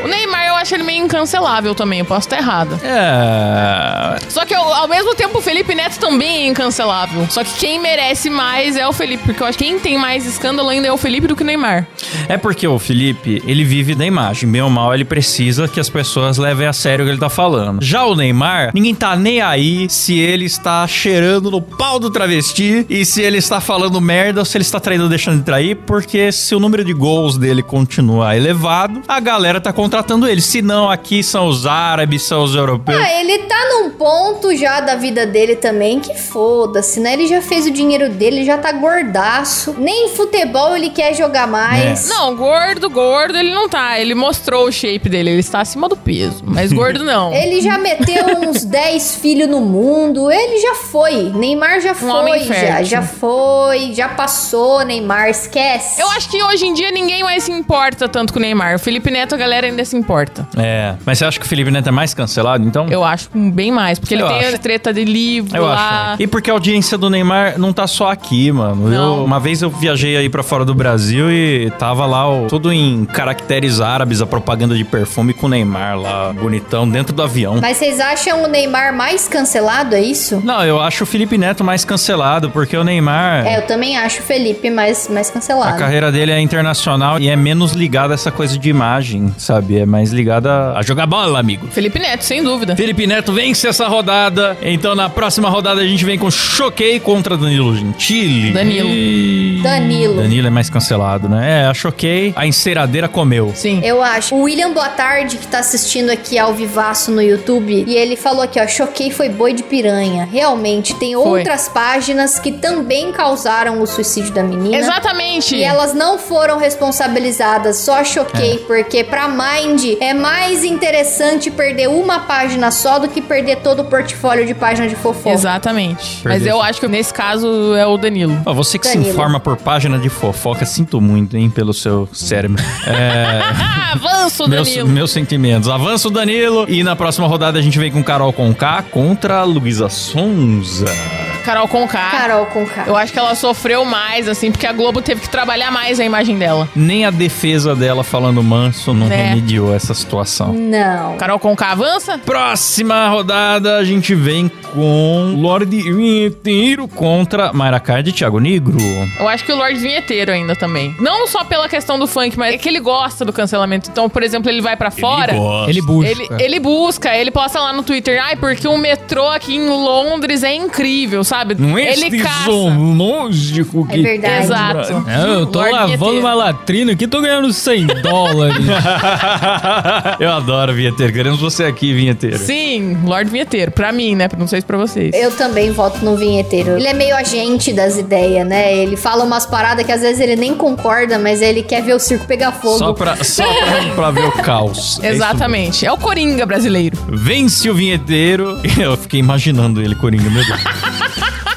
S2: O Neymar eu acho ele meio incancelável também, eu posso estar errada.
S1: É.
S2: Só que ao ao mesmo tempo o Felipe Neto também é incancelável. Só que quem merece mais é o Felipe, porque eu acho que quem tem mais escândalo ainda é o Felipe do que o Neymar.
S1: É porque o Felipe, ele vive da imagem. Meu mal, ele precisa que as pessoas levem a sério o que ele tá falando. Já o Neymar, ninguém tá nem aí se ele está cheirando no pau do travesti e se ele está falando merda ou se ele está traindo ou deixando de trair, porque se o número de gols dele continuar elevado, a galera tá contratando ele. Se não, aqui são os árabes, são os europeus.
S3: Ah, ele tá num ponto já da vida dele também que foda-se, né? Ele já fez o dinheiro dele, já tá gordaço. Nem futebol ele quer jogar mais.
S2: Né? Não, gordo, gordo ele não tá. Ele mostrou o shape dele, ele está acima do peso. Mas gordo não.
S3: Ele já meteu uns 10 filhos no mundo. Ele já foi. Neymar já foi.
S2: Um homem
S3: já,
S2: fértil.
S3: já foi. Já passou, Neymar. Esquece.
S2: Eu acho que hoje em dia ninguém mais se importa tanto com o Neymar. O Felipe Neto, a galera ainda se importa.
S1: É. Mas você acha que o Felipe Neto é mais cancelado, então?
S2: Eu acho bem mais, porque ele
S1: Eu
S2: tem
S1: acho.
S2: a treta de livro
S1: Eu
S2: lá.
S1: acho. né? E porque a audiência do Neymar não tá só aqui, mano.
S2: Não.
S1: Eu- uma vez eu viajei aí pra fora do Brasil e tava lá o- tudo em caracteres árabes, a propaganda de perfume com o Neymar lá, bonitão, dentro do avião.
S3: Mas vocês acham o Neymar mais cancelado, é isso?
S1: Não, eu acho o Felipe Neto mais cancelado, porque o Neymar.
S3: É, eu também acho o Felipe mais, mais
S1: A
S3: cancelado.
S1: carreira dele é internacional e é menos ligada a essa coisa de imagem, sabe? É mais ligada a jogar bola, amigo.
S2: Felipe Neto, sem dúvida.
S1: Felipe Neto vence essa essa rodada. Então na próxima rodada a gente vem com Choquei contra Danilo Gentili.
S2: Danilo.
S1: E-
S3: Danilo.
S1: Danilo é mais cancelado, né? É, a Choquei, a enceradeira comeu.
S2: Sim.
S3: Eu acho. O William Boa Tarde, que tá assistindo aqui ao vivaço no YouTube, e ele falou aqui, ó, choquei foi boi de piranha. Realmente, tem
S2: Foi.
S3: outras páginas que também causaram o suicídio da menina.
S2: Exatamente.
S3: né? E elas não foram responsabilizadas, só choquei,
S1: É.
S3: porque pra Mind é mais interessante perder uma página só do que perder todo o portfólio de página de fofoca.
S2: Exatamente. Mas
S1: Perdeu.
S2: eu acho que nesse caso é o Danilo.
S1: Ó, você que se
S3: Danilo.
S1: informa por página de fofoca, sinto muito, hein, pelo seu cérebro. É,
S2: Ah, avanço,
S1: meus,
S2: Danilo.
S1: meus sentimentos. Avança o Danilo. E na próxima rodada a gente vem com Carol Conká contra Luísa Sonza.
S2: Carol Conká.
S3: Carol com K.
S2: Eu acho que ela sofreu mais, assim, porque a Globo teve que trabalhar mais a imagem dela.
S1: Nem a defesa dela falando manso não
S2: É.
S1: remediou essa situação.
S3: Não.
S2: Carol Conká avança?
S1: Próxima rodada, a gente vem com Lorde Vinheteiro contra Mayra Card e Thiago Negro.
S2: Eu acho que o Lorde Vinheteiro ainda também. Não só pela questão do funk, mas é que ele gosta do cancelamento. Então, por exemplo, ele vai pra fora.
S4: Ele busca.
S2: Ele, ele busca, ele posta lá no Twitter, ai, porque o metrô aqui em Londres é incrível, sabe?
S1: é
S2: ele caça.
S1: zoológico
S3: É verdade.
S2: Exato.
S1: É
S4: Ah, eu tô
S2: Lorde
S4: lavando
S2: Vinheteiro.
S4: uma latrina aqui, tô ganhando 100 dólares.
S1: Eu adoro Vinheteiro. Queremos você aqui, Vinheteiro.
S2: Sim, Lorde Vinheteiro. Pra mim, né? Não sei se pra vocês.
S3: Eu também voto no vinheteiro. Ele é meio agente das ideias, né? Ele fala umas paradas que às vezes ele nem concorda, mas ele quer ver o circo pegar fogo.
S1: Só pra, só pra, pra ver o caos. É isso
S2: Exatamente. É o Coringa brasileiro.
S1: Vence o vinheteiro. Eu fiquei imaginando ele, Coringa, meu Deus.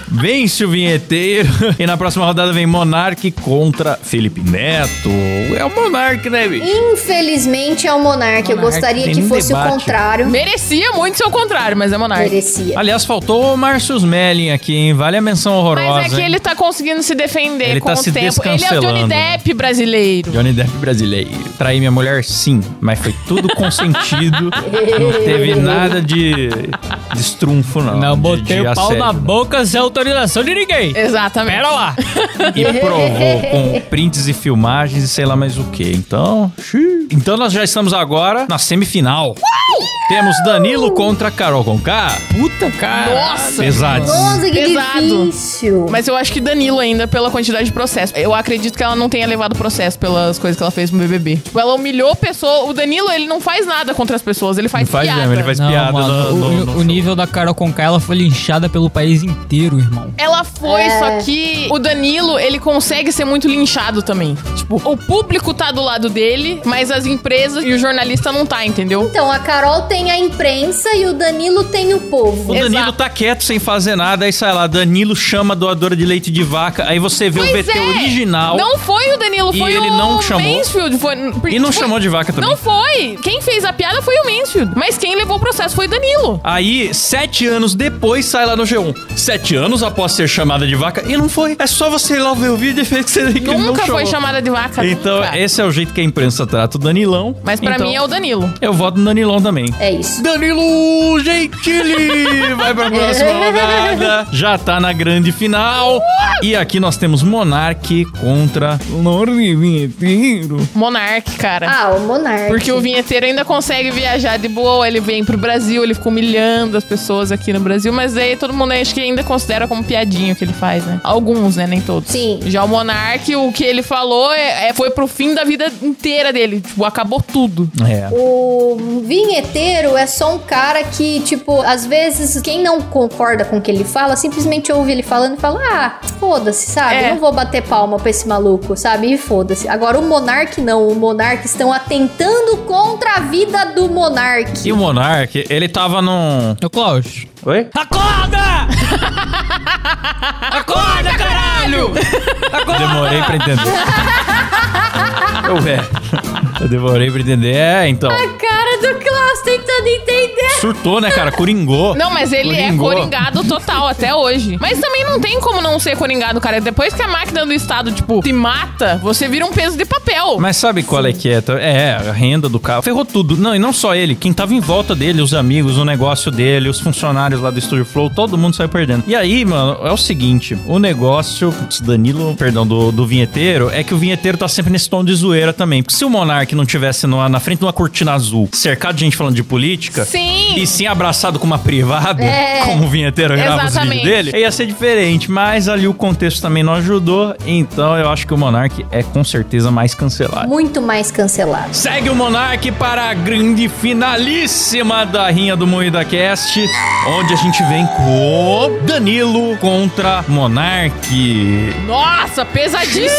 S1: Vence o vinheteiro. E na próxima rodada vem Monark contra Felipe Neto. É o Monark, né, bicho?
S3: Infelizmente é o Monark. Eu
S4: Monark,
S3: gostaria
S1: tem
S3: que
S1: um
S3: fosse o
S1: debate.
S3: contrário.
S2: Merecia muito ser o contrário, mas é monarca.
S3: Merecia.
S1: Aliás, faltou o Márcio Smelling aqui, hein? Vale a menção horrorosa.
S2: Mas é que
S1: hein?
S2: ele tá conseguindo se defender
S1: Ele
S2: com
S1: tá
S2: o
S1: se
S2: tempo. Ele é o Johnny
S1: descancelando, né?
S2: Depp brasileiro.
S1: Johnny Depp brasileiro. Traí minha mulher, sim, mas foi tudo consentido. não teve nada de, de estrunfo, não.
S4: Não
S1: de- de
S4: botei o pau
S1: assédio,
S4: na
S1: não.
S4: boca sem autorização de ninguém.
S2: Exatamente.
S4: Pera lá.
S1: E provou com prints e filmagens e sei lá mais o que. Então, xiii. então nós já estamos agora na semifinal. Temos Danilo contra Carol Conká.
S4: Puta, cara.
S2: Nossa!
S1: Pesados.
S3: Nossa, que
S2: Pesado.
S3: difícil.
S2: Mas eu acho que Danilo ainda pela quantidade de processo. Eu acredito que ela não tenha levado processo pelas coisas que ela fez no BBB. Tipo, ela humilhou pessoa. O Danilo, ele não faz nada contra as pessoas, ele faz,
S1: Não faz
S2: piada.
S1: mesmo, ele faz
S4: Não,
S1: piada.
S4: mano,
S1: no-
S4: o,
S1: no-
S4: o
S1: no-
S4: nível da Carol Conká, ela foi linchada pelo país inteiro, irmão.
S2: Ela foi,
S3: É.
S2: só que o Danilo, ele consegue ser muito linchado também. Tipo, o público tá do lado dele, mas as empresas e o jornalista não tá, entendeu?
S3: Então, a Carol tem a imprensa e o Danilo tem o povo.
S1: O Danilo
S2: Exato.
S1: tá quieto sem fazer nada, é aí sai lá, Danilo chama a doadora de leite de vaca, aí você vê o
S2: Pois
S1: VT
S2: é.
S1: original
S2: Não foi o Danilo,
S1: E
S2: foi
S1: ele
S2: o
S1: não chamou.
S2: Mansfield. Foi,
S1: e não
S2: foi-
S1: chamou de vaca também.
S2: Não foi! Quem fez a piada foi o Mansfield. Mas quem levou o processo foi o Danilo.
S1: Aí, sete anos depois, sai lá no G1. Sete anos após ser chamada de vaca, e não foi. É só você ir lá ver o vídeo e ver que você que ele não
S2: Nunca foi
S1: chamou.
S2: chamada de vaca.
S1: Então,
S2: nunca.
S1: esse é o jeito que a imprensa trata o Danilão.
S2: Mas pra
S1: Então,
S2: mim é o Danilo.
S1: Eu voto no Danilão também.
S3: É isso.
S1: Danilo Gentili vai pra próxima rodada. Já tá na grande final. E aqui nós temos Monark contra Lorde Vinheteiro.
S2: Monark, cara.
S3: Ah, o Monark.
S2: Porque o vinheteiro ainda consegue viajar de boa, ele vem pro Brasil, ele fica humilhando as pessoas aqui no Brasil, mas aí todo mundo acho que ainda considera como piadinho o que ele faz, né? Alguns, né? Nem todos.
S3: Sim.
S2: Já o Monark, o que ele falou é- é- foi pro fim da vida inteira dele. Tipo, acabou tudo.
S1: É.
S3: O vinheteiro é só um cara que, tipo, às vezes quem não concorda com o que ele fala, simplesmente ouve ele falando e fala: Ah, foda-se, sabe?
S2: É.
S3: Não vou bater palma pra esse maluco, sabe? E foda-se. Agora, o monarca não. O monarca estão atentando contra a vida do monarca.
S1: E o Monark, ele tava num.
S4: Ô, Klaus.
S1: Oi?
S4: Acorda! Acorda, caralho!
S1: Demorei pra entender. Eu, é. Eu demorei pra entender. É, então.
S3: Cara do Klaus tentando entender.
S1: Surtou, né, cara? Coringou.
S2: Não, mas ele
S1: Coringou.
S2: é coringado total até hoje. Mas também não tem como não ser coringado, cara. Depois que a máquina do Estado, tipo, te mata, você vira um peso de papel.
S1: Mas sabe qual é que é? É, a renda do carro. Ferrou tudo. Não, e não só ele. Quem tava em volta dele, os amigos, o negócio dele, os funcionários lá do Estúdio Flow, todo mundo saiu perdendo. E aí, mano, é o seguinte: o negócio putz, Danilo, perdão, do, do vinheteiro, é que o vinheteiro tá sempre nesse tom de zoeira também. Porque se o Monark não tivesse no- na frente de uma cortina azul, cercado de gente falando de política.
S2: Sim.
S1: E sim abraçado com uma privada,
S3: É.
S1: como o vinheteiro grava os vídeos
S2: Exatamente.
S1: dele, ia ser diferente. Mas ali o contexto também não ajudou. Então eu acho que o Monark é com certeza mais cancelado.
S3: Muito mais cancelado.
S1: Segue o Monark para a grande finalíssima da Rinha do Moída Cast, onde a gente vem com Danilo contra Monark.
S2: Nossa, pesadíssimo.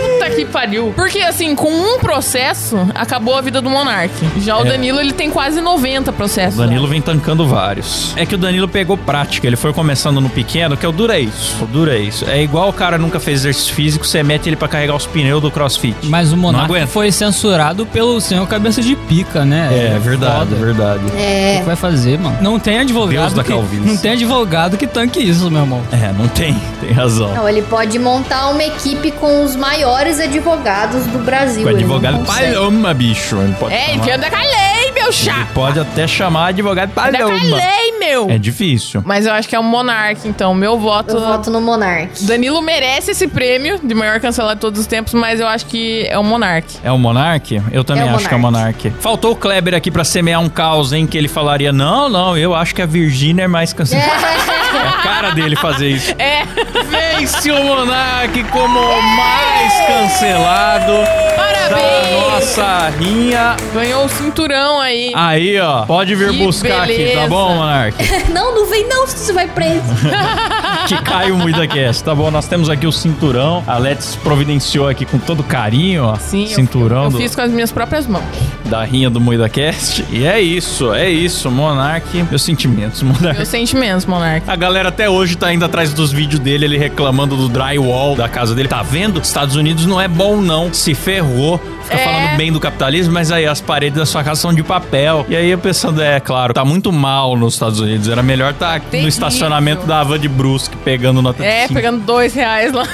S2: Puta que pariu. Porque, assim, com um processo, acabou a vida do Monark. Já o
S1: É.
S2: Danilo, ele tem quase 90 processos.
S1: O Danilo vem tancando vários. É que o Danilo pegou prática, ele foi começando no pequeno, que é o dura isso. O dura isso. É igual o cara nunca fez exercício físico, você mete ele pra carregar os pneus do crossfit.
S4: Mas o
S1: Não
S4: Monarca
S1: aguento.
S4: foi censurado pelo senhor Cabeça de Pica, né?
S1: É, verdade,
S4: Foda.
S1: verdade.
S3: É.
S4: O que que vai fazer, mano? Não tem advogado.
S1: Deus da
S4: que,
S1: calvície.
S4: não tem advogado que tanque isso, meu irmão.
S1: É, não tem, tem razão.
S3: Não, ele pode montar uma equipe com os maiores advogados do Brasil.
S1: Com
S3: ele não
S1: advogado
S3: consegue.
S1: palhoma, bicho. Ele pode,
S2: É,
S1: chamar-
S2: enfia da Calei, meu chá.
S1: Ele pode até chamar
S3: é
S1: advogado
S2: Da
S1: palhoma.
S2: Calei, meu.
S1: É difícil.
S2: Mas eu acho que é um Monark, então. Meu voto...
S3: Eu voto no Monark.
S2: Danilo merece esse prêmio de maior cancelado de todos os tempos, mas eu acho que é o Monark.
S1: É o Monark? Eu também
S3: É o
S1: acho que é o Monark. Faltou o Kleber aqui pra semear um caos, hein? Que ele falaria: não, não, eu acho que a Virgínia é mais cancelada. É a cara dele fazer isso.
S2: É.
S1: Vence o Monark como o mais cancelado
S2: Parabéns.
S1: da nossa rinha.
S2: Ganhou o cinturão aí.
S1: Aí, ó, pode vir
S2: Que
S1: buscar aqui, tá
S2: beleza.
S1: bom, Monark?
S3: Não, não vem não, você vai preso.
S1: que caiu muito aqui essa, tá bom? Nós temos aqui o cinturão. A Let's providenciou aqui com todo carinho, ó.
S2: Sim, eu-
S1: cinturão
S2: eu
S1: do-
S2: fiz com as minhas próprias mãos.
S1: da rinha do MoidaCast. E é isso, é isso, Monark. Meus sentimentos, Monark.
S2: Meus sentimentos, Monark.
S1: A galera até hoje tá indo atrás dos vídeos dele, ele reclamando do drywall da casa dele. Tá vendo? Estados Unidos não é bom, não. Se ferrou. Fica
S2: É.
S1: falando bem do capitalismo, mas aí as paredes da sua casa são de papel. E aí eu pensando, é claro, tá muito mal nos Estados Unidos. Era melhor tá no
S2: Terrível.
S1: estacionamento da Van de Brusque, pegando nota de
S2: É,
S1: cinco.
S2: pegando dois reais lá.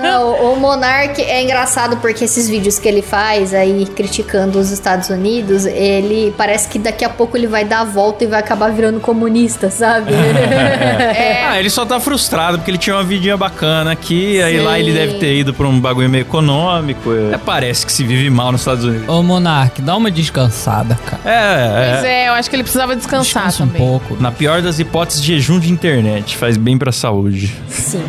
S3: Não, o Monark é engraçado porque esses vídeos que ele faz aí criticando os Estados Unidos, ele parece que daqui a pouco ele vai dar a volta e vai acabar virando comunista, sabe?
S1: É.
S2: É.
S1: Ah, ele só tá frustrado porque ele tinha uma vidinha bacana aqui, aí
S3: Sim.
S1: lá ele deve ter ido pra um bagulho meio econômico. É, parece que se vive mal nos Estados Unidos.
S4: Ô, Monark, dá uma descansada, cara.
S1: É, é.
S2: Pois é, eu acho que ele precisava descansar
S4: Descansa um
S2: também.
S4: pouco.
S1: Na pior das hipóteses, jejum de internet. Faz bem pra saúde.
S3: Sim.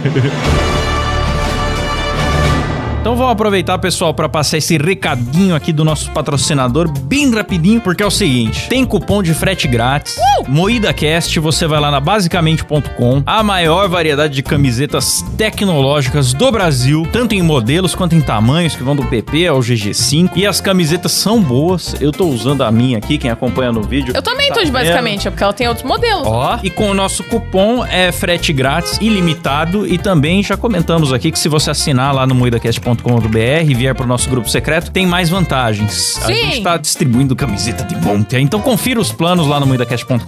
S1: Então vamos aproveitar, pessoal, para passar esse recadinho aqui do nosso patrocinador bem rapidinho, porque é o seguinte: tem cupom de frete grátis. MoídaCast, você vai lá na basicamente.com, a maior variedade de camisetas tecnológicas do Brasil, tanto em modelos quanto em tamanhos, que vão do PP ao GG5. E as camisetas são boas. Eu tô usando a minha aqui, quem acompanha no vídeo. tá
S2: Eu também tô de
S1: vendo?
S2: basicamente, é porque ela tem outros modelos.
S1: Ó, e com o nosso cupom é frete grátis ilimitado e também já comentamos aqui que se você assinar lá no moedacast.com.br e vier pro nosso grupo secreto, tem mais vantagens. A
S2: Sim.
S1: gente tá distribuindo camiseta de monte, então confira os planos lá no moedacast.com.br.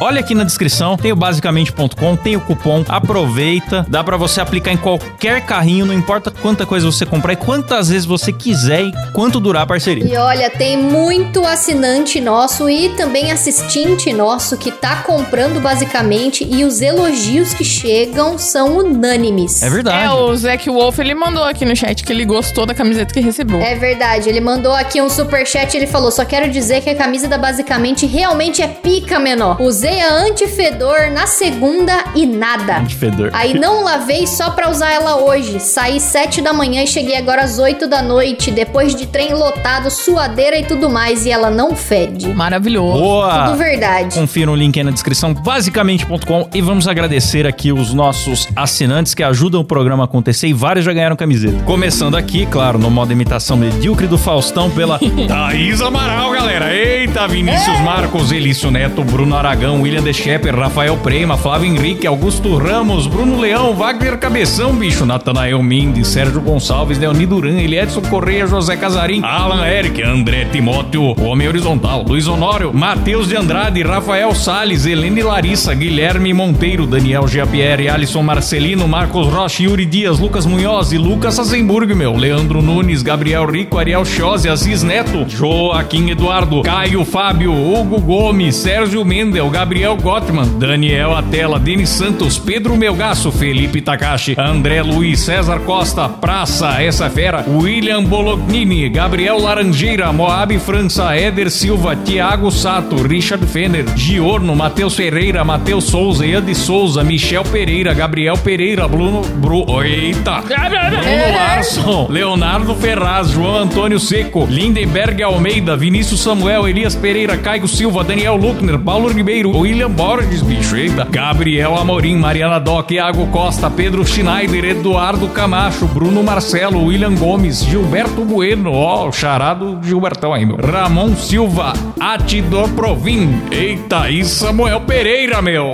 S1: Olha aqui na descrição, tem o basicamente.com, tem o cupom, aproveita, dá pra você aplicar em qualquer carrinho, não importa quanta coisa você comprar e quantas vezes você quiser e quanto durar a parceria.
S3: E olha, tem muito assinante nosso e também assistente nosso que tá comprando basicamente e os elogios que chegam são unânimes.
S1: É verdade.
S2: É, o Zac Wolf, ele mandou aqui no chat que ele gostou da camiseta que recebeu.
S3: É verdade, ele mandou aqui um superchat e ele falou: só quero dizer que a camisa da Basicamente realmente é pica menor. Usei a antifedor na segunda e nada.
S1: Fedor.
S3: Aí não lavei só pra usar ela hoje. Saí 7 da manhã e cheguei agora às 8 da noite, depois de trem lotado, suadeira e tudo mais, e ela não fede.
S2: Maravilhoso.
S1: Boa!
S3: Tudo verdade.
S1: Confira o link aí na descrição, basicamente.com. E vamos agradecer aqui os nossos assinantes que ajudam o programa a acontecer e vários já ganharam camiseta. Começando aqui, claro, no modo imitação medíocre do Faustão pela Thaís Amaral, galera. Eita, Vinícius Marcos, Elício Neto, Bruno Aragão, William De Shepper, Rafael Prema, Flávio Henrique, Augusto Ramos, Bruno Leão, Wagner Cabeção, bicho, Natanael Mendes, Sérgio Gonçalves, Leoni Duran, Eliedson é Correia, José Casarim, Alan Eric, André Timóteo, Homem Horizontal, Luiz Honório, Matheus de Andrade, Rafael Salles, Helene Larissa, Guilherme Monteiro, Daniel Giapierre, Alisson Marcelino, Marcos Rocha, Yuri Dias, Lucas Munhoz e Lucas Assemburgo. Luxemburgo, meu. Leandro Nunes, Gabriel Rico, Ariel Chose, Aziz Neto, Joaquim Eduardo, Caio Fábio, Hugo Gomes, Sérgio Mendel, Gabriel Gottman, Daniel Atela, Denis Santos, Pedro Melgaço, Felipe Takashi, André Luiz, César Costa, Praça, essa fera, William Bolognini, Gabriel Laranjeira, Moab França, Éder Silva, Tiago Sato, Richard Fener, Giorno, Matheus Ferreira, Matheus Souza, Ian de Souza, Michel Pereira, Gabriel Pereira, Bruno. Bru, eita! Bruno Larson, Leonardo Ferraz, João Antônio Seco, Lindenberg Almeida, Vinícius Samuel, Elias Pereira, Caio Silva, Daniel Luckner, Paulo Ribeiro, William Borges, bicho, eita, Gabriel Amorim, Mariana Doc, Iago Costa, Pedro Schneider, Eduardo Camacho, Bruno Marcelo, William Gomes, Gilberto Bueno, ó, o charado Gilbertão aí, meu. Ramon Silva, Atidor Provin, eita, e Samuel Pereira, meu.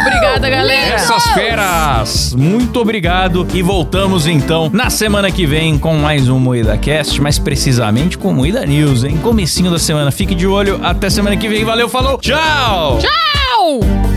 S2: Obrigada, galera.
S1: Essas feras! Muito obrigado e voltamos então na semana que vem com mais um Moída Cast, mais precisamente com Moída News, hein? Comecinho da semana. Fique de olho, até semana que vem. Valeu, falou. Tchau!
S2: Tchau!